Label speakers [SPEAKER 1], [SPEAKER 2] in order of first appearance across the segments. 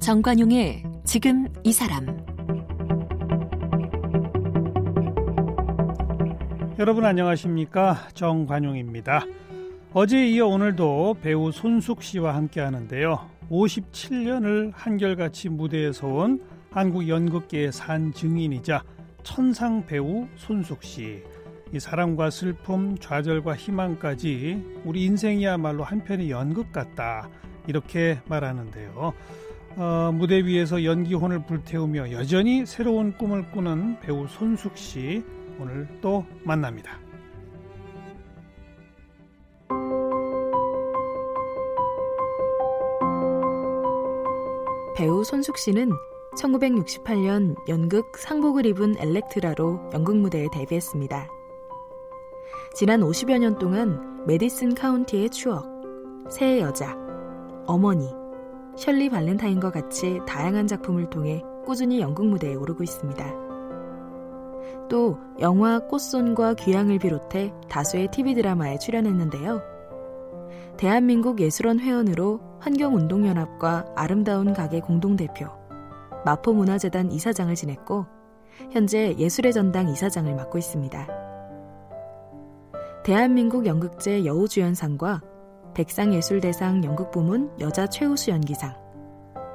[SPEAKER 1] 정관용의 지금 이 사람
[SPEAKER 2] 여러분 안녕하십니까 정관용입니다. 어제에 이어 오늘도 배우 손숙 씨와 함께 하는데요. 57년을 한결같이 무대에서 온 한국 연극계의 산 증인이자 천상 배우 손숙 씨. 이 사랑과 슬픔, 좌절과 희망까지 우리 인생이야말로 한편의 연극 같다. 이렇게 말하는데요. 어, 무대 위에서 연기혼을 불태우며 여전히 새로운 꿈을 꾸는 배우 손숙 씨 오늘 또 만납니다.
[SPEAKER 3] 배우 손숙 씨는 1968년 연극 상복을 입은 엘렉트라로 연극 무대에 데뷔했습니다. 지난 50여 년 동안 메디슨 카운티의 추억, 새의 여자, 어머니, 셜리 발렌타인과 같이 다양한 작품을 통해 꾸준히 연극 무대에 오르고 있습니다. 또 영화 꽃손과 귀향을 비롯해 다수의 TV 드라마에 출연했는데요. 대한민국 예술원 회원으로 환경운동연합과 아름다운 가게 공동대표, 마포문화재단 이사장을 지냈고, 현재 예술의 전당 이사장을 맡고 있습니다. 대한민국 연극제 여우주연상과 백상예술대상 연극부문 여자 최우수 연기상,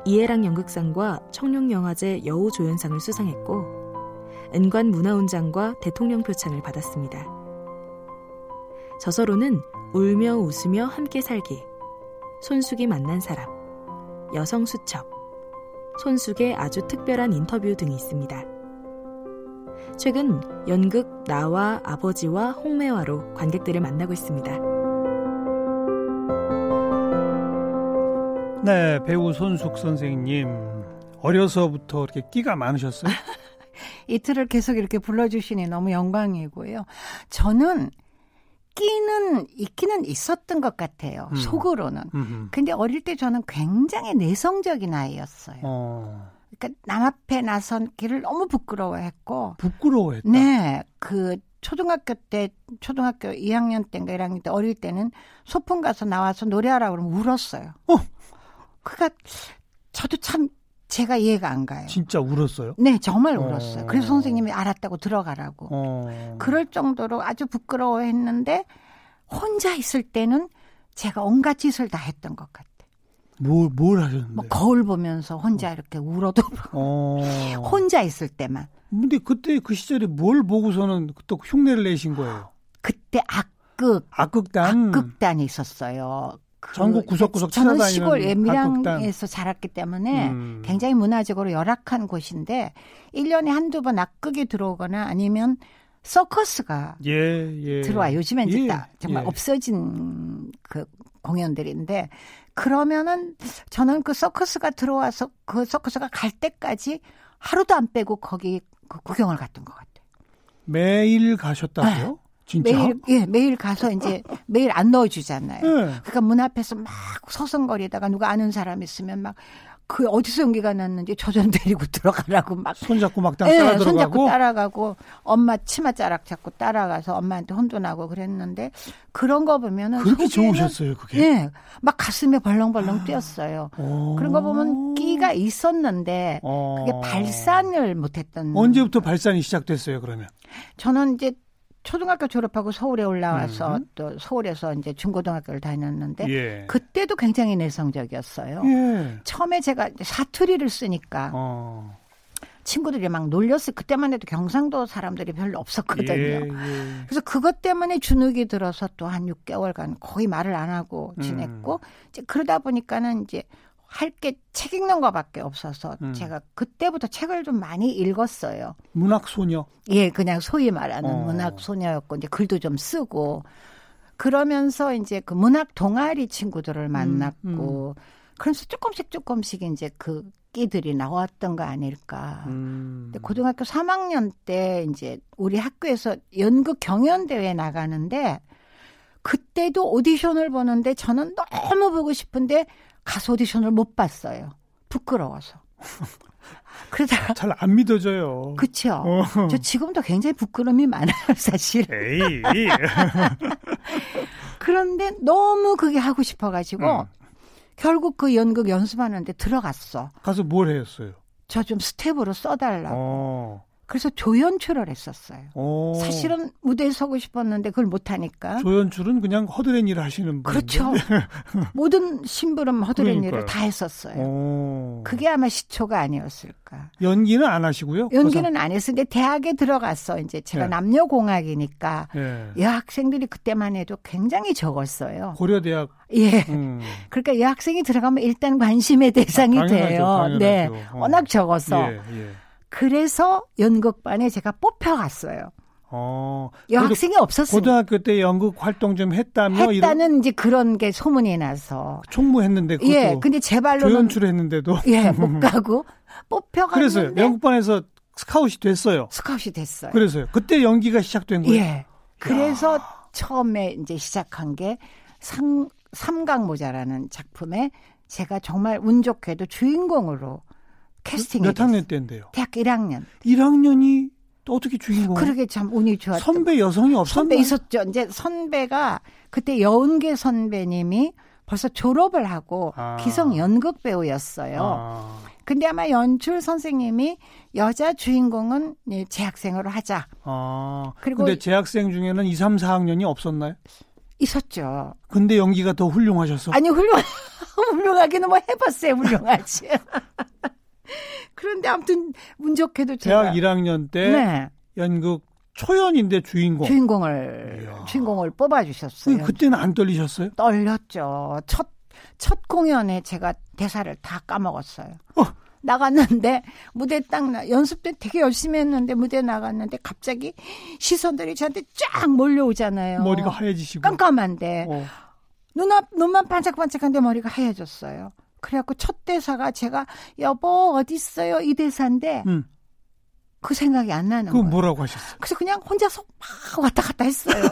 [SPEAKER 3] 이해랑 연극상과 청룡영화제 여우조연상을 수상했고, 은관 문화훈장과 대통령 표창을 받았습니다. 저서로는 울며 웃으며 함께 살기, 손숙이 만난 사람, 여성 수첩, 손숙의 아주 특별한 인터뷰 등이 있습니다. 최근 연극 나와 아버지와 홍매화로 관객들을 만나고 있습니다.
[SPEAKER 2] 네, 배우 손숙 선생님. 어려서부터 이렇게 끼가 많으셨어요?
[SPEAKER 4] 이틀을 계속 이렇게 불러주시니 너무 영광이고요. 저는 끼는 있기는 있었던 것 같아요.
[SPEAKER 2] 음.
[SPEAKER 4] 속으로는.
[SPEAKER 2] 음흠.
[SPEAKER 4] 근데 어릴 때 저는 굉장히 내성적인 아이였어요.
[SPEAKER 2] 어,
[SPEAKER 4] 그러니까 남 앞에 나선기를 너무 부끄러워했고,
[SPEAKER 2] 부끄러워했다.
[SPEAKER 4] 네, 그 초등학교 때, 초등학교 2학년 때인가 1학년 때 어릴 때는 소풍 가서 나와서 노래하라 그러면 울었어요.
[SPEAKER 2] 어.
[SPEAKER 4] 그니까 저도 참 제가 이해가 안 가요.
[SPEAKER 2] 진짜 울었어요?
[SPEAKER 4] 네, 정말
[SPEAKER 2] 어.
[SPEAKER 4] 울었어요. 그래서 선생님이 알았다고 들어가라고.
[SPEAKER 2] 어.
[SPEAKER 4] 그럴 정도로 아주 부끄러워했는데 혼자 있을 때는 제가 온갖 짓을 다 했던 것 같아요.
[SPEAKER 2] 뭘, 뭘 하셨는데?
[SPEAKER 4] 뭐 거울 보면서 혼자 이렇게 울어도
[SPEAKER 2] 네. 어.
[SPEAKER 4] 혼자 있을 때만
[SPEAKER 2] 근데 그때 그 시절에 뭘 보고서는 또 흉내를 내신 거예요?
[SPEAKER 4] 그때 악극
[SPEAKER 2] 악극단.
[SPEAKER 4] 악극단이 있었어요. 그
[SPEAKER 2] 음. 전국 구석구석
[SPEAKER 4] 저는
[SPEAKER 2] 찾아다니는
[SPEAKER 4] 시골 예,
[SPEAKER 2] 악극단.
[SPEAKER 4] 밀양에서 자랐기 때문에
[SPEAKER 2] 음.
[SPEAKER 4] 굉장히 문화적으로 열악한 곳인데 1년에 한두 번 악극이 들어오거나 아니면 서커스가
[SPEAKER 2] 예, 예.
[SPEAKER 4] 들어와. 요즘엔
[SPEAKER 2] 예,
[SPEAKER 4] 이제 다 정말
[SPEAKER 2] 예.
[SPEAKER 4] 없어진 그 공연들인데 그러면은 저는 그 서커스가 들어와서 그 서커스가 갈 때까지 하루도 안 빼고 거기 그 구경을 갔던 것 같아요.
[SPEAKER 2] 매일 가셨다고요? 진짜?
[SPEAKER 4] 네. 매일 예 매일 가서 이제 매일 안 넣어주잖아요.
[SPEAKER 2] 예.
[SPEAKER 4] 그러니까 문 앞에서 막 서성거리다가 누가 아는 사람 있으면 막 그 어디서 연기가 났는지 조전 데리고 들어가라고 막
[SPEAKER 2] 손잡고 막당
[SPEAKER 4] 예,
[SPEAKER 2] 따라 들어가고
[SPEAKER 4] 손잡고 따라가고 엄마 치마자락 잡고 따라가서 엄마한테 혼돈하고 그랬는데 그런 거 보면은
[SPEAKER 2] 그렇게
[SPEAKER 4] 아, 속에는
[SPEAKER 2] 좋으셨어요, 그게? 아.
[SPEAKER 4] 예, 막 가슴에 벌렁벌렁 뛰었어요.
[SPEAKER 2] 어.
[SPEAKER 4] 그런 거 보면 끼가 있었는데 그게
[SPEAKER 2] 어. 음.
[SPEAKER 4] 발산을 못했던.
[SPEAKER 2] 언제부터 발산이 시작됐어요, 그러면?
[SPEAKER 4] 저는 이제 초등학교 졸업하고 서울에 올라와서
[SPEAKER 2] 음.
[SPEAKER 4] 또 서울에서 이제 중고등학교를 다녔는데
[SPEAKER 2] 예.
[SPEAKER 4] 그때도 굉장히 내성적이었어요. 아,
[SPEAKER 2] 예.
[SPEAKER 4] 처음에 제가 이제 사투리를 쓰니까
[SPEAKER 2] 어.
[SPEAKER 4] 친구들이 막 놀렸을 그때만 해도 경상도 사람들이 별로 없었거든요. 아.
[SPEAKER 2] 예, 예.
[SPEAKER 4] 그래서 그것 때문에 주눅이 들어서 또 한 6개월간 거의 말을 안 하고
[SPEAKER 2] 음.
[SPEAKER 4] 지냈고 이제 그러다 보니까는 이제 할 게 책 읽는 거밖에 없어서
[SPEAKER 2] 음.
[SPEAKER 4] 제가 그때부터 책을 좀 많이 읽었어요.
[SPEAKER 2] 문학 소녀.
[SPEAKER 4] 예, 그냥 소위 말하는
[SPEAKER 2] 어.
[SPEAKER 4] 문학 소녀였고 이제 글도 좀 쓰고 그러면서 이제 그 문학 동아리
[SPEAKER 2] 음,
[SPEAKER 4] 친구들을 만났고 그러면서 조금씩 조금씩 이제 그 끼들이 나왔던 거 아닐까.
[SPEAKER 2] 음.
[SPEAKER 4] 근데 그 고등학교 3학년 때 이제 우리 학교에서 연극 경연 대회 나가는데 그때도 오디션을 보는데 저는 너무 보고 싶은데 가서 오디션을 못 봤어요. 부끄러워서.
[SPEAKER 2] 음.
[SPEAKER 4] 그러다가
[SPEAKER 2] 잘 안 믿어져요.
[SPEAKER 4] 그쵸.
[SPEAKER 2] 어.
[SPEAKER 4] 저 지금도 굉장히 부끄러움이 많아요, 사실.
[SPEAKER 2] 에이.
[SPEAKER 4] 그런데 너무 그게 하고 싶어가지고
[SPEAKER 2] 음.
[SPEAKER 4] 결국 그 연극 연습하는데 들어갔어.
[SPEAKER 2] 가서 뭘 했어요?
[SPEAKER 4] 저 좀 스텝으로 써달라고.
[SPEAKER 2] 어.
[SPEAKER 4] 그래서 조연출을 했었어요.
[SPEAKER 2] 어.
[SPEAKER 4] 사실은 무대에 서고 싶었는데 그걸 못하니까.
[SPEAKER 2] 조연출은 그냥 허드렛 일을 하시는 분.
[SPEAKER 4] 그렇죠. 모든 심부름 허드렛 일을
[SPEAKER 2] 그러니까요.
[SPEAKER 4] 다 했었어요.
[SPEAKER 2] 어.
[SPEAKER 4] 그게 아마 시초가 아니었을까.
[SPEAKER 2] 연기는 안 하시고요.
[SPEAKER 4] 연기는 안 했었는데 대학에 들어갔어. 이제 제가
[SPEAKER 2] 네.
[SPEAKER 4] 남녀공학이니까
[SPEAKER 2] 고삼? 예.
[SPEAKER 4] 여학생들이 그때만 해도 굉장히 적었어요.
[SPEAKER 2] 고려대학.
[SPEAKER 4] 예.
[SPEAKER 2] 음.
[SPEAKER 4] 그러니까 여학생이 들어가면 일단 관심의 대상이
[SPEAKER 2] 아, 당연하죠,
[SPEAKER 4] 돼요.
[SPEAKER 2] 당연하죠.
[SPEAKER 4] 네.
[SPEAKER 2] 어.
[SPEAKER 4] 워낙 적어서.
[SPEAKER 2] 예, 예.
[SPEAKER 4] 그래서 연극반에 제가 뽑혀갔어요.
[SPEAKER 2] 어. 그래도
[SPEAKER 4] 여학생이 없었으니까.
[SPEAKER 2] 고등학교 때 연극 활동 좀 했다며 이런
[SPEAKER 4] 했다는 이제 그런 게 소문이 나서.
[SPEAKER 2] 총무했는데 그것도
[SPEAKER 4] 예. 근데 제 발로는
[SPEAKER 2] 조연출을 했는데도
[SPEAKER 4] 예, 못 가고
[SPEAKER 2] 그래서요.
[SPEAKER 4] 뽑혀갔는데
[SPEAKER 2] 연극반에서 스카웃이 됐어요.
[SPEAKER 4] 스카웃이 됐어요.
[SPEAKER 2] 그래서요. 그때 연기가 시작된 거예요.
[SPEAKER 4] 예. 그래서 처음에 이제 시작한 게 상, 삼각모자라는 작품에 제가 정말 운 좋게도 주인공으로 캐스팅이
[SPEAKER 2] 몇
[SPEAKER 4] 됐어요.
[SPEAKER 2] 학년 때인데요?
[SPEAKER 4] 대학교 1학년.
[SPEAKER 2] 1학년이 또 어떻게 주인공?
[SPEAKER 4] 그러게 참 운이 좋았던
[SPEAKER 2] 선배 여성이
[SPEAKER 4] 선배
[SPEAKER 2] 없었나요?
[SPEAKER 4] 있었죠. 이제 선배가 그때 여운계 선배님이 벌써 졸업을 하고
[SPEAKER 2] 아.
[SPEAKER 4] 기성 연극 배우였어요.
[SPEAKER 2] 아,
[SPEAKER 4] 근데 아마 연출 선생님이 여자 주인공은 예, 재학생으로 하자
[SPEAKER 2] 아.
[SPEAKER 4] 그리고
[SPEAKER 2] 근데 재학생 중에는 2, 3, 4학년이 없었나요?
[SPEAKER 4] 있었죠.
[SPEAKER 2] 근데 연기가 더 훌륭하셔서
[SPEAKER 4] 아니 훌륭 훌륭하기는 뭐 해봤어요 훌륭하지. 그런데 아무튼 운 좋게도 제가
[SPEAKER 2] 대학 1학년 때
[SPEAKER 4] 네,
[SPEAKER 2] 연극 초연인데 주인공.
[SPEAKER 4] 주인공을
[SPEAKER 2] 뭐. 이야.
[SPEAKER 4] 주인공을 뽑아주셨어요.
[SPEAKER 2] 그- 그때는 안 떨리셨어요?
[SPEAKER 4] 떨렸죠. 첫, 첫 공연에 제가 대사를 다 까먹었어요.
[SPEAKER 2] 어.
[SPEAKER 4] 나갔는데, 무대 딱, 나, 연습 때 되게 열심히 했는데, 무대 나갔는데, 갑자기 시선들이 저한테 쫙 몰려오잖아요.
[SPEAKER 2] 머리가 하얘지시고.
[SPEAKER 4] 깜깜한데,
[SPEAKER 2] 어.
[SPEAKER 4] 눈앞, 눈만 반짝반짝한데 머리가 하얘졌어요. 그래갖고 첫 대사가 제가, 여보, 어딨어요? 이 대사인데,
[SPEAKER 2] 음.
[SPEAKER 4] 그 생각이 안 나는
[SPEAKER 2] 그거
[SPEAKER 4] 거예요.
[SPEAKER 2] 뭐라고 하셨어요?
[SPEAKER 4] 그래서 그냥 혼자서 막 왔다 갔다 했어요.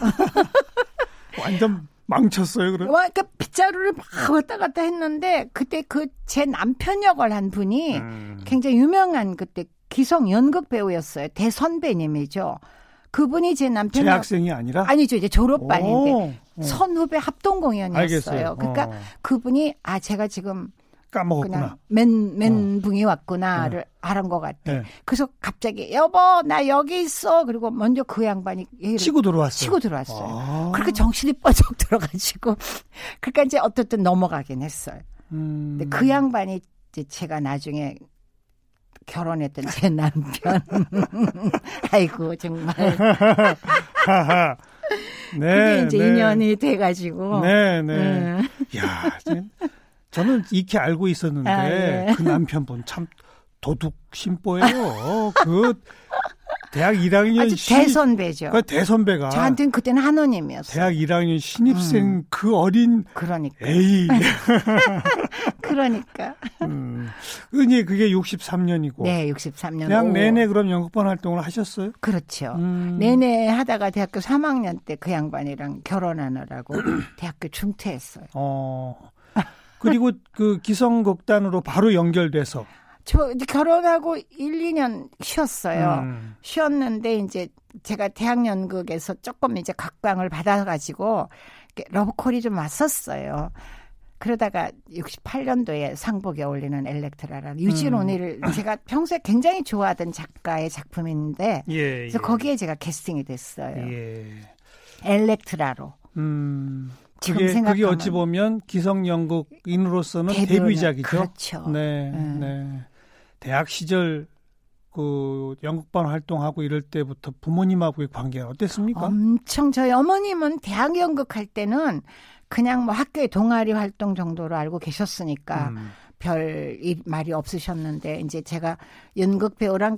[SPEAKER 2] 완전 망쳤어요, 그럼.
[SPEAKER 4] 와, 그러니까 빗자루를 막 왔다 갔다 했는데 그때 그 제 남편 역을 한 분이
[SPEAKER 2] 음.
[SPEAKER 4] 굉장히 유명한 그때 기성 연극 배우였어요. 대선배님이죠. 그분이 제 남편 역
[SPEAKER 2] 재학생이 아니라
[SPEAKER 4] 아니죠. 이제 졸업반인데
[SPEAKER 2] 오, 어.
[SPEAKER 4] 선후배 합동
[SPEAKER 2] 알겠어요.
[SPEAKER 4] 공연이었어요. 그러니까
[SPEAKER 2] 어, 어.
[SPEAKER 4] 그분이 아 제가 지금
[SPEAKER 2] 까먹었구나. 어. 네.
[SPEAKER 4] 그냥 맨 맨붕이 왔구나를 알은 것 같아.
[SPEAKER 2] 예.
[SPEAKER 4] 그래서 갑자기 여보 나 여기 있어. 그리고 먼저 그 양반이 얘를
[SPEAKER 2] 치고 들어왔어요.
[SPEAKER 4] 치고 들어왔어요.
[SPEAKER 2] 아.
[SPEAKER 4] 그렇게 정신이 번쩍 들어가지고 그러니까 이제 어쨌든 넘어가긴 했어요.
[SPEAKER 2] 음.
[SPEAKER 4] 근데 그 양반이 이제 제가 나중에 결혼했던 제 남편. 아이고 정말
[SPEAKER 2] 하하.
[SPEAKER 4] 그게
[SPEAKER 2] 네,
[SPEAKER 4] 이제
[SPEAKER 2] 네.
[SPEAKER 4] 인연이 돼가지고.
[SPEAKER 2] 네, 네.
[SPEAKER 4] 음,
[SPEAKER 2] 야, 진- 저는 익히 알고 있었는데
[SPEAKER 4] 아, 예.
[SPEAKER 2] 그 남편분 참 도둑 심보예요. 그 대학 1학년
[SPEAKER 4] 아주 대선배죠.
[SPEAKER 2] 그 대선배가
[SPEAKER 4] 저한테는 그때는 한원님이었어요.
[SPEAKER 2] 대학 1학년 신입생
[SPEAKER 4] 음.
[SPEAKER 2] 그 어린
[SPEAKER 4] 그러니까
[SPEAKER 2] 에이.
[SPEAKER 4] 그러니까
[SPEAKER 2] 음. 이제 그게 63년이고
[SPEAKER 4] 네 63년.
[SPEAKER 2] 대학 내내 그럼 연극반 활동을 하셨어요?
[SPEAKER 4] 그렇죠.
[SPEAKER 2] 음.
[SPEAKER 4] 내내 하다가 대학교 3학년 때 그 양반이랑 결혼하느라고 대학교 중퇴했어요.
[SPEAKER 2] 어. 그리고 그 기성극단으로 바로 연결돼서
[SPEAKER 4] 저 이제 결혼하고 1, 2년 쉬었어요.
[SPEAKER 2] 음.
[SPEAKER 4] 쉬었는데 이제 제가 대학 연극에서 조금 이제 각광을 받아가지고 이렇게 러브콜이 좀 왔었어요. 그러다가 68년도에 상복에 어울리는 엘렉트라라는
[SPEAKER 2] 음.
[SPEAKER 4] 유진온이를 제가 평소에 굉장히 좋아하던 작가의 작품인데
[SPEAKER 2] 예.
[SPEAKER 4] 그래서 거기에 제가 캐스팅이 됐어요.
[SPEAKER 2] 예.
[SPEAKER 4] 엘렉트라로
[SPEAKER 2] 음.
[SPEAKER 4] 지금
[SPEAKER 2] 그게,
[SPEAKER 4] 생각하면
[SPEAKER 2] 그게 어찌 보면 기성 연극인으로서는 데뷔작이죠.
[SPEAKER 4] 그렇죠.
[SPEAKER 2] 네,
[SPEAKER 4] 음.
[SPEAKER 2] 네. 대학 시절 그 연극반 활동하고 이럴 때부터 부모님하고의 관계는 어땠습니까?
[SPEAKER 4] 엄청 저희 어머님은 대학 연극할 때는 그냥 뭐 학교의 동아리 활동 정도로 알고 계셨으니까
[SPEAKER 2] 음.
[SPEAKER 4] 별 일- 말이 없으셨는데 이제 제가 연극 배우랑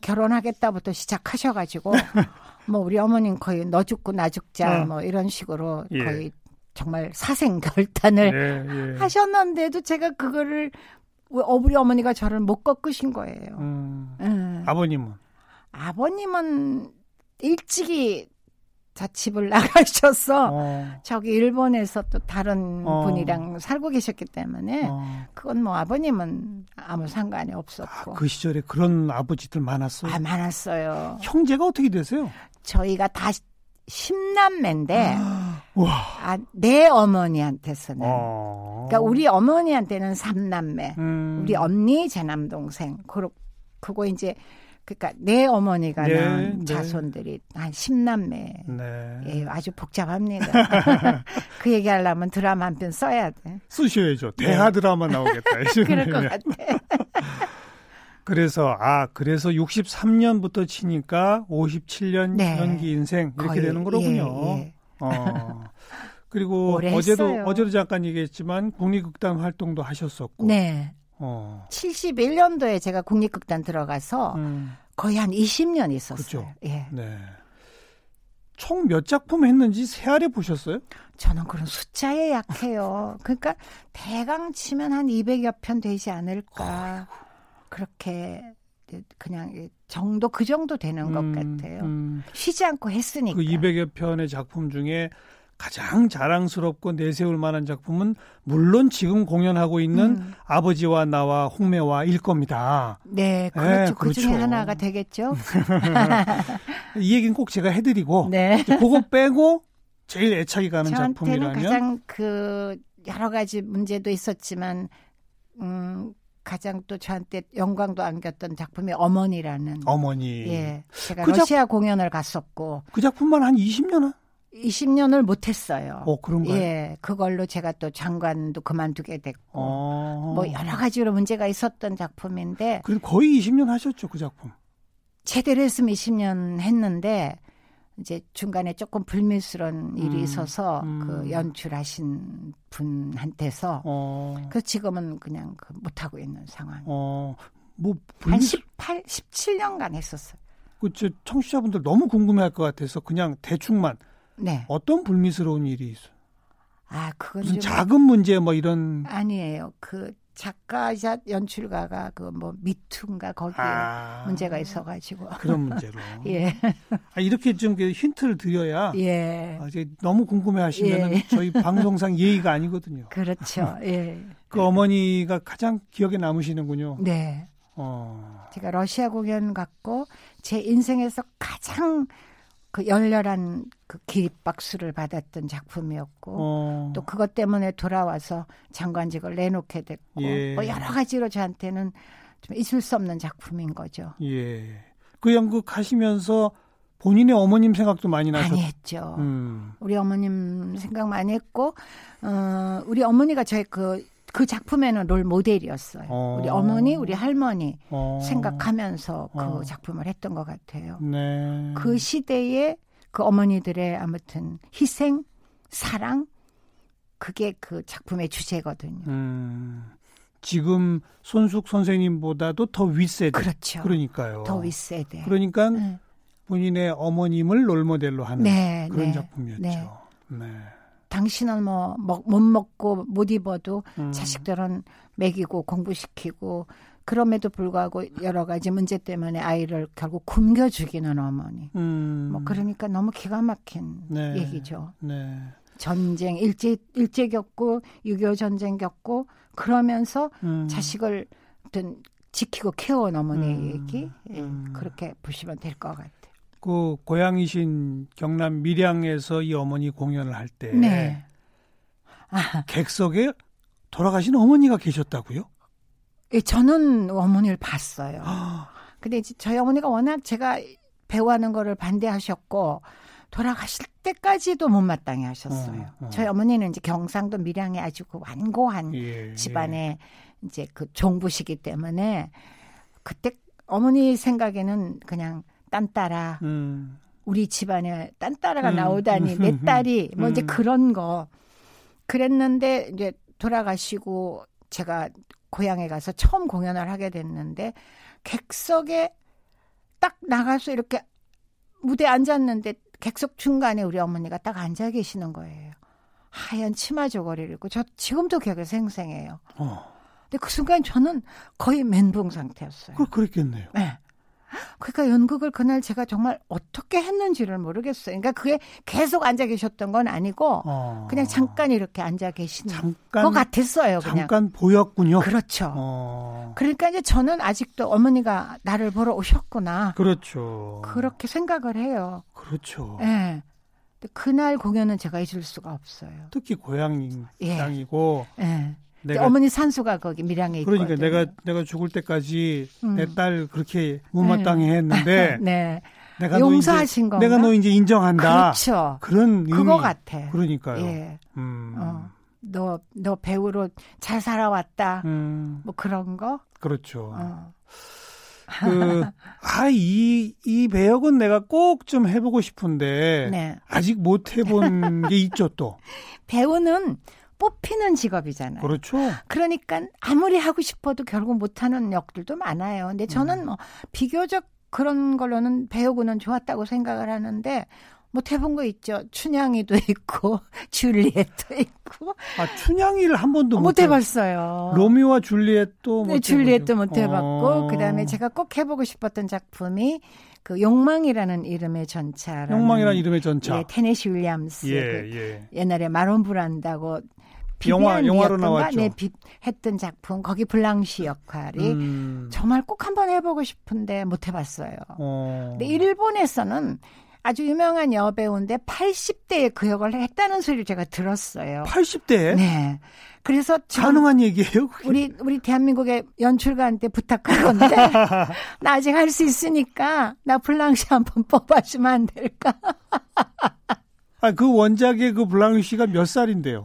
[SPEAKER 4] 결혼하겠다부터 시작하셔가지고 뭐 우리 어머님 거의 너 죽고 나 죽자
[SPEAKER 2] 어.
[SPEAKER 4] 뭐 이런 식으로
[SPEAKER 2] 예.
[SPEAKER 4] 거의 정말 사생 결단을
[SPEAKER 2] 예, 예.
[SPEAKER 4] 네, 하셨는데도 제가 그거를 왜 어, 우리 어머니가 저를 못 꺾으신 거예요.
[SPEAKER 2] 음.
[SPEAKER 4] 음.
[SPEAKER 2] 아버님은
[SPEAKER 4] 아버님은 일찍이 자 집을 나가셔서
[SPEAKER 2] 어,
[SPEAKER 4] 저기 일본에서 또 다른
[SPEAKER 2] 어.
[SPEAKER 4] 분이랑 살고 계셨기 때문에
[SPEAKER 2] 어.
[SPEAKER 4] 그건 뭐 아버님은 아무 상관이 없었고
[SPEAKER 2] 그 시절에 그런 아버지들 많았어요.
[SPEAKER 4] 아 많았어요.
[SPEAKER 2] 형제가 어떻게 되세요?
[SPEAKER 4] 저희가 다 10남매인데
[SPEAKER 2] 아, 와.
[SPEAKER 4] 아, 내 어머니한테서는.
[SPEAKER 2] 어.
[SPEAKER 4] 네. 그러니까 우리 어머니한테는 삼남매,
[SPEAKER 2] 음.
[SPEAKER 4] 우리 언니, 제 남동생. 그러, 그거 이제 그러니까 내 어머니가
[SPEAKER 2] 네,
[SPEAKER 4] 낳은
[SPEAKER 2] 네.
[SPEAKER 4] 자손들이 한 10남매.
[SPEAKER 2] 네.
[SPEAKER 4] 예, 아주 복잡합니다. 그 얘기하려면 드라마 한 편 써야 돼. 예.
[SPEAKER 2] 쓰셔야죠. 대하 드라마 나오겠다. 이제
[SPEAKER 4] 네. 그럴 것
[SPEAKER 2] 그냥.
[SPEAKER 4] 같아.
[SPEAKER 2] 그래서 아 그래서 63년부터 치니까 57년
[SPEAKER 4] 네.
[SPEAKER 2] 연기 인생 이렇게
[SPEAKER 4] 거의,
[SPEAKER 2] 되는 거로군요.
[SPEAKER 4] 예, 예.
[SPEAKER 2] 어. 그리고
[SPEAKER 4] 오래
[SPEAKER 2] 어제도
[SPEAKER 4] 했어요.
[SPEAKER 2] 어제도 잠깐 얘기했지만 국립극단 활동도 하셨었고.
[SPEAKER 4] 네.
[SPEAKER 2] 어.
[SPEAKER 4] 71년도에 제가 국립극단 들어가서
[SPEAKER 2] 음,
[SPEAKER 4] 거의 한 20년 있었어요.
[SPEAKER 2] 그죠.
[SPEAKER 4] 예.
[SPEAKER 2] 네. 총 몇 작품 했는지 세알해 보셨어요?
[SPEAKER 4] 저는 그런 숫자에 약해요. 그러니까 대강 치면 한 200여 편 되지 않을까. 그렇게 그냥 정도 그 정도 되는 것 같아요. 그러니까.
[SPEAKER 2] 음,
[SPEAKER 4] 쉬지 않고 했으니까.
[SPEAKER 2] 그 200여 편의 작품 중에 가장 자랑스럽고 내세울 만한 작품은 물론 지금 공연하고 있는
[SPEAKER 4] 음.
[SPEAKER 2] 아버지와 나와 홍매와일 겁니다. 네,
[SPEAKER 4] 네, 그렇죠. 그 중에
[SPEAKER 2] 그렇죠.
[SPEAKER 4] 하나가 되겠죠.
[SPEAKER 2] 이 얘기는 꼭 제가 해드리고
[SPEAKER 4] 네.
[SPEAKER 2] 이제 그거 빼고 제일 애착이 가는
[SPEAKER 4] 저한테는
[SPEAKER 2] 작품이라면
[SPEAKER 4] 가장 그 여러 가지 문제도 있었지만 음, 가장 또 저한테 영광도 안겼던 작품이 어머니라는
[SPEAKER 2] 어머니
[SPEAKER 4] 예. 제가
[SPEAKER 2] 그 작-
[SPEAKER 4] 러시아 공연을 갔었고
[SPEAKER 2] 그 작품만 한 20년
[SPEAKER 4] 20년을 못 했어요.
[SPEAKER 2] 어 그런가요?
[SPEAKER 4] 예. 그걸로 제가 또 장관도 그만두게 됐고
[SPEAKER 2] 어.
[SPEAKER 4] 뭐 여러 가지로 문제가 있었던 작품인데
[SPEAKER 2] 그래도 거의 20년 하셨죠 그 작품.
[SPEAKER 4] 제대로 했으면 20년 했는데 이제 중간에 조금 불미스러운 일이
[SPEAKER 2] 음,
[SPEAKER 4] 있어서
[SPEAKER 2] 음.
[SPEAKER 4] 그 연출하신 분한테서
[SPEAKER 2] 어.
[SPEAKER 4] 그래서 지금은 그냥 그 못하고 있는 상황.
[SPEAKER 2] 어. 뭐
[SPEAKER 4] 한
[SPEAKER 2] 불미
[SPEAKER 4] 18, 17년간 했었어요.
[SPEAKER 2] 그저 청취자분들 너무 궁금해할 것 같아서 그냥 대충만
[SPEAKER 4] 네.
[SPEAKER 2] 어떤 불미스러운 일이 있어?
[SPEAKER 4] 아, 그건
[SPEAKER 2] 무슨
[SPEAKER 4] 좀
[SPEAKER 2] 작은 문제 뭐 이런
[SPEAKER 4] 아니에요. 그 작가이자 연출가가 그 뭐 미투인가 거기에
[SPEAKER 2] 아.
[SPEAKER 4] 문제가 있어가지고.
[SPEAKER 2] 그런 문제로.
[SPEAKER 4] 예.
[SPEAKER 2] 아, 이렇게 좀 이렇게 힌트를 드려야
[SPEAKER 4] 예.
[SPEAKER 2] 아, 이제 너무 궁금해하시면
[SPEAKER 4] 예.
[SPEAKER 2] 저희 방송상 예의가 아니거든요.
[SPEAKER 4] 그렇죠. 예.
[SPEAKER 2] 그 어머니가 가장 기억에 남으시는군요.
[SPEAKER 4] 네.
[SPEAKER 2] 어.
[SPEAKER 4] 제가 러시아 공연 갔고 제 인생에서 가장 그 열렬한 그 기립박수를 받았던 작품이었고
[SPEAKER 2] 어.
[SPEAKER 4] 또 그것 때문에 돌아와서 장관직을 내놓게 됐고
[SPEAKER 2] 예.
[SPEAKER 4] 뭐 여러 가지로 저한테는 좀 잊을 수 없는 작품인 거죠.
[SPEAKER 2] 예. 그 연극 하시면서 본인의 어머님 생각도 많이 나셨.
[SPEAKER 4] 많이 했죠.
[SPEAKER 2] 음.
[SPEAKER 4] 우리 어머님 생각 많이 했고 어, 우리 어머니가 저의 그, 그 작품에는 롤 모델이었어요.
[SPEAKER 2] 어.
[SPEAKER 4] 우리 어머니, 우리 할머니
[SPEAKER 2] 어.
[SPEAKER 4] 생각하면서 그
[SPEAKER 2] 어.
[SPEAKER 4] 작품을 했던 것 같아요.
[SPEAKER 2] 네.
[SPEAKER 4] 그 시대의 그 어머니들의 아무튼 희생, 사랑 그게 그 작품의 주제거든요.
[SPEAKER 2] 음. 지금 손숙 선생님보다도 더 윗세대.
[SPEAKER 4] 그렇죠.
[SPEAKER 2] 러니까요
[SPEAKER 4] 더 윗세대.
[SPEAKER 2] 그러니까
[SPEAKER 4] 네.
[SPEAKER 2] 본인의 어머님을 롤모델로 하는
[SPEAKER 4] 네,
[SPEAKER 2] 그런
[SPEAKER 4] 네,
[SPEAKER 2] 작품이었죠.
[SPEAKER 4] 네.
[SPEAKER 2] 네.
[SPEAKER 4] 당신은 뭐 못 먹고 못 입어도
[SPEAKER 2] 음.
[SPEAKER 4] 자식들은 먹이고 공부시키고 그럼에도 불구하고 여러 가지 문제 때문에 아이를 결국 굶겨 죽이는 어머니.
[SPEAKER 2] 음.
[SPEAKER 4] 뭐 그러니까 너무 기가 막힌
[SPEAKER 2] 네.
[SPEAKER 4] 얘기죠.
[SPEAKER 2] 네.
[SPEAKER 4] 전쟁 일제 일제 겪고 6.25 전쟁 겪고 그러면서
[SPEAKER 2] 음.
[SPEAKER 4] 자식을 어떤 지키고 케어온 어머니의
[SPEAKER 2] 음.
[SPEAKER 4] 얘기 예,
[SPEAKER 2] 음.
[SPEAKER 4] 그렇게 보시면 될 것 같아요.
[SPEAKER 2] 그 고향이신 경남 밀양에서 이 어머니 공연을 할 때
[SPEAKER 4] 네.
[SPEAKER 2] 객석에 돌아가신 어머니가 계셨다고요?
[SPEAKER 4] 예, 저는 어머니를 봤어요. 근데 이제 저희 어머니가 워낙 제가 배우하는 거를 반대하셨고 돌아가실 때까지도 못마땅해 하셨어요.
[SPEAKER 2] 어, 어.
[SPEAKER 4] 저희 어머니는 이제 경상도 밀양에 아주 그 완고한
[SPEAKER 2] 예,
[SPEAKER 4] 집안의 이제 그 종부시기 때문에 그때 어머니 생각에는 그냥 딴따라
[SPEAKER 2] 예. 음.
[SPEAKER 4] 우리 집안에 딴따라가
[SPEAKER 2] 음.
[SPEAKER 4] 나오다니 내 딸이 뭐 이제
[SPEAKER 2] 음.
[SPEAKER 4] 그런 거 그랬는데 이제 돌아가시고 제가 고향에 가서 처음 공연을 하게 됐는데 객석에 딱 나가서 이렇게 무대 에 앉았는데 객석 중간에 우리 어머니가 딱 앉아 계시는 거예요. 하얀 치마 저고리를 입고 저 지금도 기억이 생생해요.
[SPEAKER 2] 어.
[SPEAKER 4] 근데 그 순간 저는 거의 멘붕 상태였어요.
[SPEAKER 2] 그 그랬겠네요.
[SPEAKER 4] 네. 그러니까 연극을 그날 제가 정말 어떻게 했는지를 모르겠어요. 그러니까 그게 계속 앉아 계셨던 건 아니고
[SPEAKER 2] 어.
[SPEAKER 4] 그냥 잠깐 이렇게 앉아 계시는
[SPEAKER 2] 잠깐
[SPEAKER 4] 것 같았어요. 그냥
[SPEAKER 2] 잠깐 보였군요.
[SPEAKER 4] 그렇죠.
[SPEAKER 2] 어.
[SPEAKER 4] 그러니까 이제 저는 아직도 어머니가 나를 보러 오셨구나
[SPEAKER 2] 그렇죠.
[SPEAKER 4] 그렇게 생각을 해요.
[SPEAKER 2] 그렇죠.
[SPEAKER 4] 예. 근데 그날 공연은 제가 해줄 수가 없어요.
[SPEAKER 2] 특히 고향이
[SPEAKER 4] 예.
[SPEAKER 2] 땅이고
[SPEAKER 4] 예. 근데
[SPEAKER 2] 내가
[SPEAKER 4] 어머니 산소가 거기 밀양에 있거든요.
[SPEAKER 2] 그러니까 내가 내가 죽을 때까지
[SPEAKER 4] 음.
[SPEAKER 2] 내 딸 그렇게 못마땅해 했는데
[SPEAKER 4] 네.
[SPEAKER 2] 내가 너
[SPEAKER 4] 용서하신
[SPEAKER 2] 이제,
[SPEAKER 4] 건가?
[SPEAKER 2] 내가 너 이제 인정한다.
[SPEAKER 4] 그렇죠.
[SPEAKER 2] 런 의미.
[SPEAKER 4] 그거 같아.
[SPEAKER 2] 그러니까요.
[SPEAKER 4] 예.
[SPEAKER 2] 음.
[SPEAKER 4] 어. 너, 너 배우로 잘 살아왔다.
[SPEAKER 2] 음,
[SPEAKER 4] 뭐 그런 거?
[SPEAKER 2] 그렇죠.
[SPEAKER 4] 어.
[SPEAKER 2] 그, 아, 이, 이 배역은 내가 꼭 좀 해보고 싶은데,
[SPEAKER 4] 네.
[SPEAKER 2] 아직 못 해본 게 있죠, 또.
[SPEAKER 4] 배우는 뽑히는 직업이잖아요.
[SPEAKER 2] 그렇죠.
[SPEAKER 4] 그러니까 아무리 하고 싶어도 결국 못하는 역들도 많아요. 근데
[SPEAKER 2] 음.
[SPEAKER 4] 저는 뭐 비교적 그런 걸로는 배우고는 좋았다고 생각을 하는데 못 해본 거 있죠. 춘향이도 있고 줄리엣도 있고
[SPEAKER 2] 아, 춘향이를 한 번도
[SPEAKER 4] 어, 못
[SPEAKER 2] 못 해봤-
[SPEAKER 4] 해봤어요.
[SPEAKER 2] 로미오와 줄리엣도 못
[SPEAKER 4] 네, 줄리엣도
[SPEAKER 2] 해보죠.
[SPEAKER 4] 못 해봤고
[SPEAKER 2] 어.
[SPEAKER 4] 그다음에 제가 꼭 해보고 싶었던 작품이 그 욕망이라는 이름의 전차라는
[SPEAKER 2] 욕망이라는 이름의 전차.
[SPEAKER 4] 예, 테네시 윌리엄스
[SPEAKER 2] 예,
[SPEAKER 4] 그
[SPEAKER 2] 예.
[SPEAKER 4] 옛날에 마론 브란다고
[SPEAKER 2] 영화- 영화로
[SPEAKER 4] 비비안이었던가?
[SPEAKER 2] 나왔죠.
[SPEAKER 4] 네, 비, 했던 작품 거기 블랑시 역할이
[SPEAKER 2] 음,
[SPEAKER 4] 정말 꼭 한번 해보고 싶은데 못 해봤어요.
[SPEAKER 2] 어.
[SPEAKER 4] 근데 일본에서는 아주 유명한 여배우인데 80대에 그 역을 했다는 소리를 제가 들었어요.
[SPEAKER 2] 80대에?
[SPEAKER 4] 네. 그래서 지금 어.
[SPEAKER 2] 가능한 얘기예요 그게?
[SPEAKER 4] 우리 우리 대한민국의 연출가한테 부탁하건데 나 아직 할 수 있으니까 나 블랑시 한번 뽑아주면 안 될까?
[SPEAKER 2] 아, 그 원작의 그 블랑위 씨가 몇 살인데요?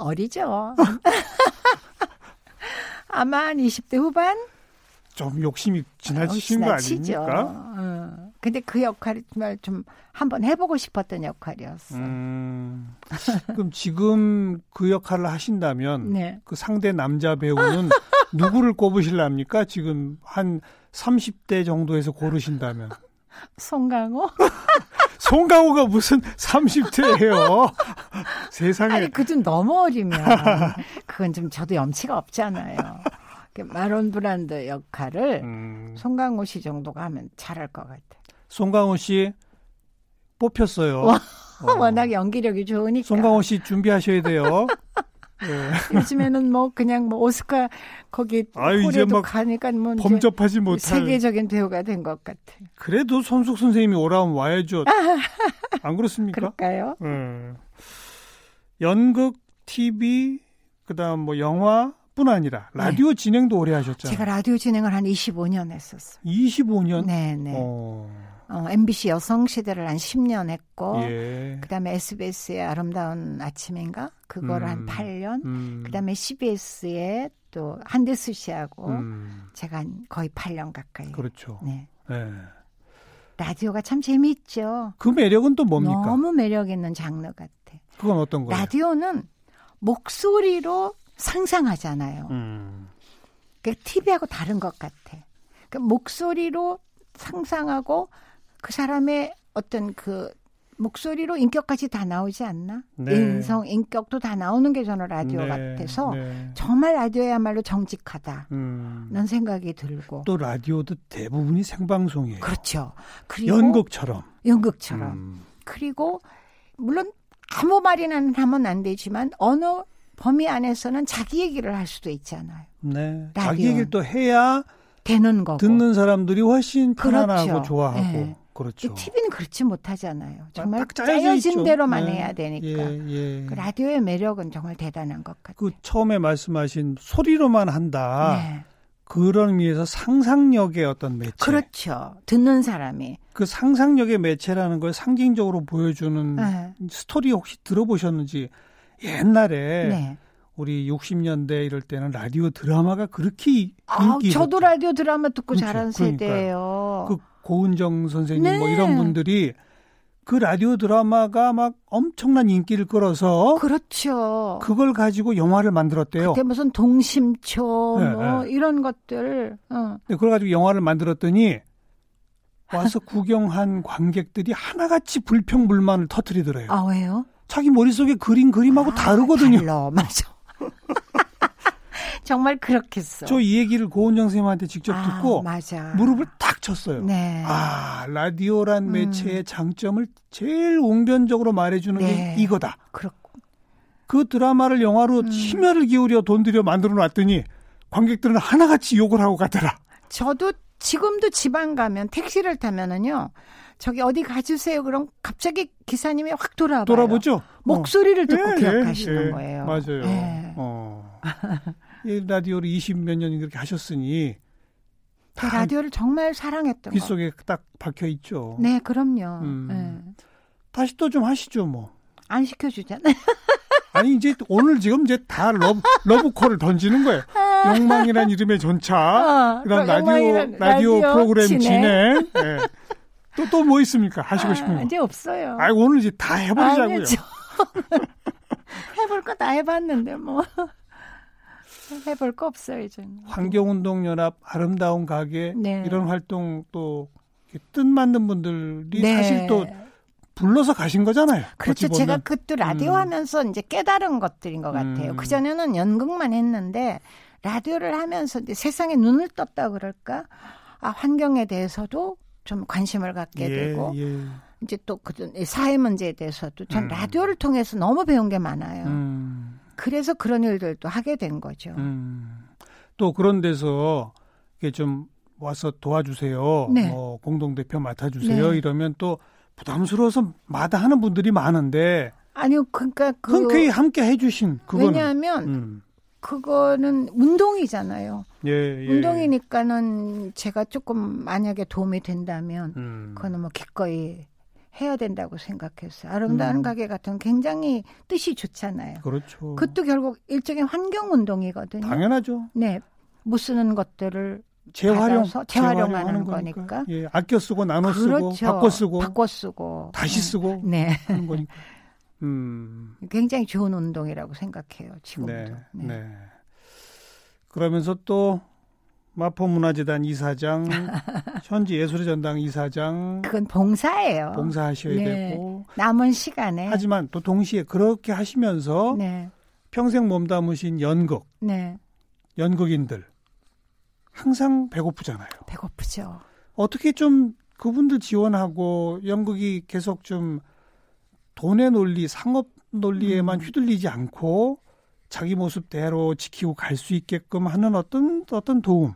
[SPEAKER 4] 어리죠. 아마 한 20대 후반?
[SPEAKER 2] 좀 욕심이 지나치신 거
[SPEAKER 4] 지나치죠.
[SPEAKER 2] 아닙니까?
[SPEAKER 4] 어. 근데 그 역할이 정말 좀 한번 해보고 싶었던 역할이었어.
[SPEAKER 2] 음, 그럼 지금 그 역할을 하신다면
[SPEAKER 4] 네.
[SPEAKER 2] 그 상대 남자 배우는 누구를 꼽으실랍니까? 지금 한 30대 정도에서 고르신다면.
[SPEAKER 4] 송강호?
[SPEAKER 2] 송강호가 무슨 30대예요? 세상에.
[SPEAKER 4] 아니, 그좀 너무 어리면. 그건 좀 저도 염치가 없잖아요. 그 마론 브란드 역할을
[SPEAKER 2] 음,
[SPEAKER 4] 송강호 씨 정도가 하면 잘할 것 같아.
[SPEAKER 2] 송강호 씨 뽑혔어요.
[SPEAKER 4] 와,
[SPEAKER 2] 어.
[SPEAKER 4] 워낙 연기력이 좋으니까.
[SPEAKER 2] 송강호 씨 준비하셔야 돼요. 예.
[SPEAKER 4] 요즘에는 뭐 그냥 뭐 오스카 거기
[SPEAKER 2] 아유, 이제
[SPEAKER 4] 홀에도
[SPEAKER 2] 막
[SPEAKER 4] 가니까 뭐 이제
[SPEAKER 2] 범접하지 못할.
[SPEAKER 4] 세계적인 배우가 된 것 같아요.
[SPEAKER 2] 그래도 손숙 선생님이 오라면 와야죠. 안 그렇습니까?
[SPEAKER 4] 아. 그럴까요?
[SPEAKER 2] 예. 연극, TV, 그다음 뭐 영화뿐 아니라 라디오 진행도 오래 하셨잖아요.
[SPEAKER 4] 네. 제가 라디오 진행을 한 25년 했었어요.
[SPEAKER 2] 25년.
[SPEAKER 4] 네네. 어.
[SPEAKER 2] 어.
[SPEAKER 4] MBC 여성시대를 한 10년 했고,
[SPEAKER 2] 예.
[SPEAKER 4] 그 다음에 SBS의 아름다운 아침인가? 그걸
[SPEAKER 2] 음.
[SPEAKER 4] 한 8년.
[SPEAKER 2] 음.
[SPEAKER 4] 그 다음에 CBS의 또 한대수 씨하고
[SPEAKER 2] 음.
[SPEAKER 4] 제가 한 거의 8년 가까이.
[SPEAKER 2] 그렇죠.
[SPEAKER 4] 네.
[SPEAKER 2] 예.
[SPEAKER 4] 라디오가 참 재미있죠.
[SPEAKER 2] 그 매력은 또 뭡니까?
[SPEAKER 4] 너무 매력 있는 장르 같아.
[SPEAKER 2] 그건 어떤 거예요?
[SPEAKER 4] 라디오는 목소리로 상상하잖아요.
[SPEAKER 2] 음.
[SPEAKER 4] 그 TV하고 다른 것 같아. 그 목소리로 상상하고 그 사람의 어떤 그 목소리로 인격까지 다 나오지 않나?
[SPEAKER 2] 네.
[SPEAKER 4] 인성, 인격도 다 나오는 게 저는 라디오
[SPEAKER 2] 네,
[SPEAKER 4] 같아서
[SPEAKER 2] 네.
[SPEAKER 4] 정말 라디오야말로 정직하다는
[SPEAKER 2] 음.
[SPEAKER 4] 네. 생각이 들고.
[SPEAKER 2] 또 라디오도 대부분이 생방송이에요.
[SPEAKER 4] 그렇죠. 그리고
[SPEAKER 2] 연극처럼.
[SPEAKER 4] 연극처럼.
[SPEAKER 2] 음.
[SPEAKER 4] 그리고 물론 아무 말이나 하면 안 되지만 언어 범위 안에서는 자기 얘기를 할 수도 있잖아요.
[SPEAKER 2] 네.
[SPEAKER 4] 라디오는.
[SPEAKER 2] 자기 얘기를 또 해야
[SPEAKER 4] 되는 거고.
[SPEAKER 2] 듣는 사람들이 훨씬
[SPEAKER 4] 그렇죠.
[SPEAKER 2] 편안하고 좋아하고
[SPEAKER 4] 예.
[SPEAKER 2] 그렇죠.
[SPEAKER 4] TV는 그렇지 못하잖아요. 정말
[SPEAKER 2] 딱 짜여져 있죠.
[SPEAKER 4] 짜여진 대로만
[SPEAKER 2] 네.
[SPEAKER 4] 해야 되니까.
[SPEAKER 2] 예, 예.
[SPEAKER 4] 그 라디오의 매력은 정말 대단한 것 같아요.
[SPEAKER 2] 그 처음에 말씀하신 소리로만 한다
[SPEAKER 4] 네.
[SPEAKER 2] 그런 의미에서 상상력의 어떤 매체
[SPEAKER 4] 그렇죠. 듣는 사람이.
[SPEAKER 2] 그 상상력의 매체라는 걸 상징적으로 보여주는
[SPEAKER 4] 네.
[SPEAKER 2] 스토리 혹시 들어보셨는지 옛날에
[SPEAKER 4] 네.
[SPEAKER 2] 우리 60년대 이럴 때는 라디오 드라마가 그렇게 인기
[SPEAKER 4] 아, 저도
[SPEAKER 2] 있었죠.
[SPEAKER 4] 라디오 드라마 듣고
[SPEAKER 2] 그렇죠.
[SPEAKER 4] 자란
[SPEAKER 2] 그러니까요.
[SPEAKER 4] 세대예요.
[SPEAKER 2] 그 고은정 선생님 뭐
[SPEAKER 4] 네.
[SPEAKER 2] 이런 분들이 그 라디오 드라마가 막 엄청난 인기를 끌어서
[SPEAKER 4] 그렇죠.
[SPEAKER 2] 그걸 가지고 영화를 만들었대요.
[SPEAKER 4] 그때 무슨 동심초
[SPEAKER 2] 네,
[SPEAKER 4] 뭐
[SPEAKER 2] 네.
[SPEAKER 4] 이런 것들. 어.
[SPEAKER 2] 근데 네, 그걸 가지고 영화를 만들었더니 와서 구경한 관객들이 하나같이 불평불만을 터뜨리더래요.
[SPEAKER 4] 아 왜요? 아,
[SPEAKER 2] 자기 머릿속에 그린 그림하고 네. 다르거든요.
[SPEAKER 4] 달라, 맞아. 정말 그렇겠어.
[SPEAKER 2] 저 이 얘기를 고은정 선생님한테 직접
[SPEAKER 4] 아,
[SPEAKER 2] 듣고
[SPEAKER 4] 맞아.
[SPEAKER 2] 무릎을 탁 쳤어요.
[SPEAKER 4] 네.
[SPEAKER 2] 아, 라디오란
[SPEAKER 4] 음.
[SPEAKER 2] 매체의 장점을 제일 웅변적으로 말해주는
[SPEAKER 4] 네.
[SPEAKER 2] 게 이거다.
[SPEAKER 4] 그렇고.
[SPEAKER 2] 그 드라마를 영화로
[SPEAKER 4] 음.
[SPEAKER 2] 심혈을 기울여 돈 들여 만들어 놨더니 관객들은 하나같이 욕을 하고 가더라.
[SPEAKER 4] 저도 지금도 지방 가면 택시를 타면은요. 저기 어디 가주세요. 그럼 갑자기 기사님이 확 돌아와요.
[SPEAKER 2] 돌아보죠. 어.
[SPEAKER 4] 목소리를 듣고
[SPEAKER 2] 예,
[SPEAKER 4] 기억하시는
[SPEAKER 2] 예,
[SPEAKER 4] 거예요.
[SPEAKER 2] 맞아요.
[SPEAKER 4] 예.
[SPEAKER 2] 어. 이 라디오를 20 몇 년 그렇게 하셨으니
[SPEAKER 4] 그 라디오를 정말 사랑했던
[SPEAKER 2] 귀
[SPEAKER 4] 거.
[SPEAKER 2] 속에 딱 박혀 있죠.
[SPEAKER 4] 네, 그럼요.
[SPEAKER 2] 음.
[SPEAKER 4] 예.
[SPEAKER 2] 다시 또 좀 하시죠, 뭐.
[SPEAKER 4] 안 시켜주잖아요.
[SPEAKER 2] 아니 이제 오늘 지금 이제 다 러브 러브콜을 던지는 거예요. 욕망이란 이름의 전차,
[SPEAKER 4] 어,
[SPEAKER 2] 아, 그다음
[SPEAKER 4] 아. 그
[SPEAKER 2] 라디오
[SPEAKER 4] 영광이란
[SPEAKER 2] 라디오 프로그램
[SPEAKER 4] 진행.
[SPEAKER 2] 진행. 예. 또 또 뭐 있습니까? 하시고
[SPEAKER 4] 아,
[SPEAKER 2] 싶은 거.
[SPEAKER 4] 이제 없어요.
[SPEAKER 2] 아 오늘 이제 다 해버리자고요.
[SPEAKER 4] 아니, 저는 해볼 거 다 해봤는데 뭐 해볼 거 없어요 이제.
[SPEAKER 2] 환경운동연합 아름다운 가게
[SPEAKER 4] 네.
[SPEAKER 2] 이런 활동 또 뜻맞는 분들이 사실 또 불러서 가신 거잖아요.
[SPEAKER 4] 네. 그렇죠.
[SPEAKER 2] 어찌 보면.
[SPEAKER 4] 제가 그 또 라디오
[SPEAKER 2] 음.
[SPEAKER 4] 하면서 이제 깨달은 것들인 것 같아요.
[SPEAKER 2] 음.
[SPEAKER 4] 그 전에는 연극만 했는데 라디오를 하면서 이제 세상에 눈을 떴다 그럴까? 아 환경에 대해서도 좀 관심을 갖게 되고 네.
[SPEAKER 2] 예.
[SPEAKER 4] 이제 또그 사회 문제에 대해서도 전
[SPEAKER 2] 음.
[SPEAKER 4] 라디오를 통해서 너무 배운 게 많아요.
[SPEAKER 2] 음,
[SPEAKER 4] 그래서 그런 일들도 하게 된 거죠.
[SPEAKER 2] 음. 또 그런 데서 이게 좀 와서 도와주세요.
[SPEAKER 4] 네.
[SPEAKER 2] 뭐 공동 대표 맡아주세요.
[SPEAKER 4] 네.
[SPEAKER 2] 이러면 또 부담스러워서 마다하는 분들이 많은데
[SPEAKER 4] 아니요, 그러니까 그
[SPEAKER 2] 흔쾌히 함께 해주신 그거는.
[SPEAKER 4] 왜냐하면
[SPEAKER 2] 음.
[SPEAKER 4] 그거는 운동이잖아요.
[SPEAKER 2] 예, 예.
[SPEAKER 4] 운동이니까는 제가 조금 만약에 도움이 된다면
[SPEAKER 2] 음.
[SPEAKER 4] 그거는 뭐 기꺼이 해야 된다고 생각했어요. 아름다운
[SPEAKER 2] 음.
[SPEAKER 4] 가게 같은 굉장히 뜻이 좋잖아요.
[SPEAKER 2] 그렇죠.
[SPEAKER 4] 그것도 결국 일종의 환경 운동이거든요.
[SPEAKER 2] 당연하죠.
[SPEAKER 4] 네, 못 쓰는 것들을
[SPEAKER 2] 재활용,
[SPEAKER 4] 받아서 재활용하는
[SPEAKER 2] 재활용하는
[SPEAKER 4] 거니까.
[SPEAKER 2] 예, 아껴 쓰고 나눠 쓰고
[SPEAKER 4] 그렇죠.
[SPEAKER 2] 바꿔 쓰고
[SPEAKER 4] 바꿔 쓰고
[SPEAKER 2] 다시
[SPEAKER 4] 네.
[SPEAKER 2] 쓰고
[SPEAKER 4] 네,
[SPEAKER 2] 하는 거니까. 음,
[SPEAKER 4] 굉장히 좋은 운동이라고 생각해요. 지금도.
[SPEAKER 2] 네, 네. 그러면서 또 마포문화재단 이사장, 현지 예술의 전당 이사장
[SPEAKER 4] 그건 봉사예요.
[SPEAKER 2] 봉사하셔야
[SPEAKER 4] 네.
[SPEAKER 2] 되고.
[SPEAKER 4] 남은 시간에
[SPEAKER 2] 하지만 또 동시에 그렇게 하시면서
[SPEAKER 4] 네,
[SPEAKER 2] 평생 몸담으신 연극,
[SPEAKER 4] 네.
[SPEAKER 2] 연극인들 항상 배고프잖아요.
[SPEAKER 4] 배고프죠.
[SPEAKER 2] 어떻게 좀 그분들 지원하고 연극이 계속 좀 돈의 논리, 상업
[SPEAKER 4] 음.
[SPEAKER 2] 논리에만 휘둘리지 않고 자기 모습대로 지키고 갈 수 있게끔 하는 어떤 어떤 도움.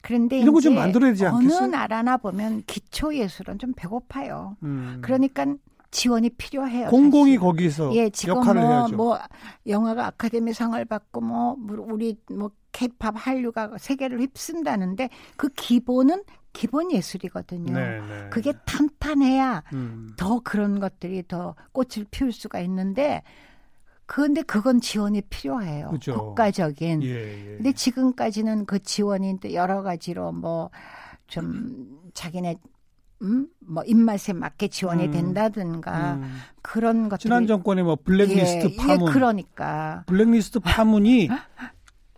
[SPEAKER 4] 그런데
[SPEAKER 2] 이런 거좀
[SPEAKER 4] 이제
[SPEAKER 2] 만들어야 되지 않겠어요?
[SPEAKER 4] 어느 나라나 보면 기초 예술은 좀 배고파요.
[SPEAKER 2] 음.
[SPEAKER 4] 그러니까 지원이 필요해요.
[SPEAKER 2] 공공이
[SPEAKER 4] 사실.
[SPEAKER 2] 거기서
[SPEAKER 4] 예, 지금
[SPEAKER 2] 어, 역할을
[SPEAKER 4] 뭐,
[SPEAKER 2] 해야죠.
[SPEAKER 4] 뭐 영화가 아카데미 상을 받고 뭐 우리 뭐 케이팝 한류가 세계를 휩쓴다는데 그 기본은 기본 예술이거든요.
[SPEAKER 2] 네.
[SPEAKER 4] 뭐 그게 탄탄해야
[SPEAKER 2] 음.
[SPEAKER 4] 더 그런 것들이 더 꽃을 피울 수가 있는데 그런데 그건 지원이 필요해요.
[SPEAKER 2] 그죠.
[SPEAKER 4] 국가적인
[SPEAKER 2] 예, 예.
[SPEAKER 4] 음. 근데 지금까지는 그 지원인데 여러 가지로 뭐 좀 자기네 음? 뭐 입맛에 맞게 지원이
[SPEAKER 2] 음.
[SPEAKER 4] 된다든가
[SPEAKER 2] 음.
[SPEAKER 4] 그런 것들
[SPEAKER 2] 지난 정권의 뭐 블랙리스트 파문,
[SPEAKER 4] 예, 그러니까
[SPEAKER 2] 블랙리스트 파문이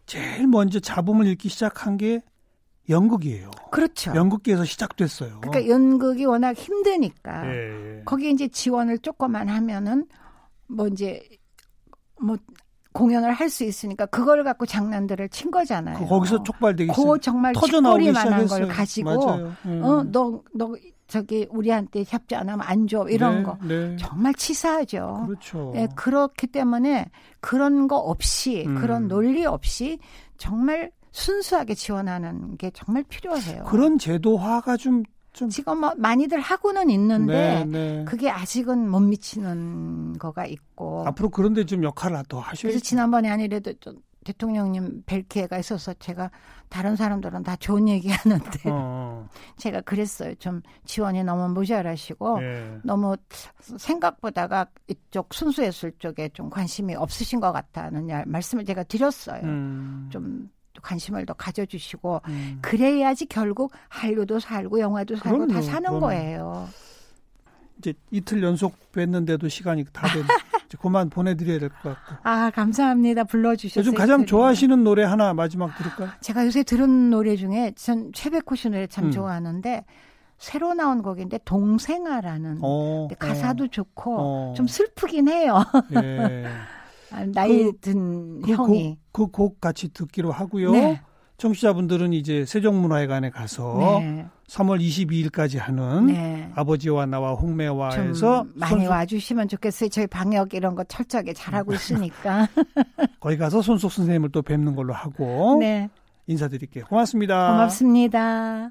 [SPEAKER 2] 제일 먼저 잡음을 읽기 시작한 게 연극이에요.
[SPEAKER 4] 그렇죠.
[SPEAKER 2] 연극계에서 시작됐어요.
[SPEAKER 4] 그러니까 연극이 워낙 힘드니까
[SPEAKER 2] 예, 예.
[SPEAKER 4] 거기에 이제 지원을 조금만 하면은 뭐 이제 뭐 공연을 할 수 있으니까 그걸 갖고 장난들을 친 거잖아요.
[SPEAKER 2] 그 거기서 촉발되기
[SPEAKER 4] 그
[SPEAKER 2] 시작.
[SPEAKER 4] 정말
[SPEAKER 2] 터져 나오기
[SPEAKER 4] 쥐꼬리만한
[SPEAKER 2] 시작했어요.
[SPEAKER 4] 걸 가지고
[SPEAKER 2] 맞아요. 음.
[SPEAKER 4] 어, 너, 너, 저기, 우리한테 협조 안 하면 안 줘. 이런
[SPEAKER 2] 네,
[SPEAKER 4] 거.
[SPEAKER 2] 네.
[SPEAKER 4] 정말 치사하죠.
[SPEAKER 2] 그렇죠.
[SPEAKER 4] 예, 그렇기 때문에 그런 거 없이,
[SPEAKER 2] 음.
[SPEAKER 4] 그런 논리 없이 정말 순수하게 지원하는 게 정말 필요해요.
[SPEAKER 2] 그런 제도화가 좀, 좀.
[SPEAKER 4] 지금 뭐 많이들 하고는
[SPEAKER 2] 네,
[SPEAKER 4] 있는데
[SPEAKER 2] 네.
[SPEAKER 4] 그게 아직은 못 미치는 거가 있고.
[SPEAKER 2] 앞으로 그런데 좀 역할을 더 하셔야
[SPEAKER 4] 그래서 지난번에 아니래도 좀 대통령님 뵐 기회가 있어서 제가 다른 사람들은 다 좋은 얘기 하는데
[SPEAKER 2] 어,
[SPEAKER 4] 제가 그랬어요. 좀 지원이 너무 모자라시고
[SPEAKER 2] 예.
[SPEAKER 4] 너무 생각보다가 이쪽 순수예술 쪽에 좀 관심이 없으신 것 같다는 야- 말씀을 제가 드렸어요.
[SPEAKER 2] 음,
[SPEAKER 4] 네. 좀 관심을 더 가져주시고
[SPEAKER 2] 음.
[SPEAKER 4] 그래야지 결국 한류도 살고 영화도 살고 다
[SPEAKER 2] 그럼요,
[SPEAKER 4] 사는
[SPEAKER 2] 그럼요.
[SPEAKER 4] 거예요.
[SPEAKER 2] 이제 이틀 연속 뵀는데도 시간이 다 됐. 이제 그만 보내드려야 될 것 같고.
[SPEAKER 4] 아 감사합니다 불러주셔서
[SPEAKER 2] 요즘 가장
[SPEAKER 4] 이렇게.
[SPEAKER 2] 좋아하시는 노래 하나 마지막 들을까요?
[SPEAKER 4] 제가 요새 들은 노래 중에 전 최백호 씨 노래 참
[SPEAKER 2] 음.
[SPEAKER 4] 좋아하는데 새로 나온 곡인데 동생아라는
[SPEAKER 2] 어,
[SPEAKER 4] 근데 가사도 좋고
[SPEAKER 2] 어,
[SPEAKER 4] 좀 슬프긴 해요.
[SPEAKER 2] 예.
[SPEAKER 4] 아, 나이
[SPEAKER 2] 그-
[SPEAKER 4] 든
[SPEAKER 2] 그
[SPEAKER 4] 형이
[SPEAKER 2] 곡, 그곡 같이 듣기로 하고요.
[SPEAKER 4] 네.
[SPEAKER 2] 청취자분들은 이제 세종문화회관에 가서
[SPEAKER 4] 네.
[SPEAKER 2] 3월 22일까지 하는
[SPEAKER 4] 네.
[SPEAKER 2] 아버지와 나와
[SPEAKER 4] 좀
[SPEAKER 2] 홍매화에서
[SPEAKER 4] 많이
[SPEAKER 2] 손수-
[SPEAKER 4] 와주시면 좋겠어요. 저희 방역 이런 거 철저하게 잘하고
[SPEAKER 2] 음.
[SPEAKER 4] 있으니까.
[SPEAKER 2] 거기 가서 손석 선생님을 또 뵙는 걸로 하고
[SPEAKER 4] 네.
[SPEAKER 2] 인사드릴게요. 고맙습니다.
[SPEAKER 4] 고맙습니다.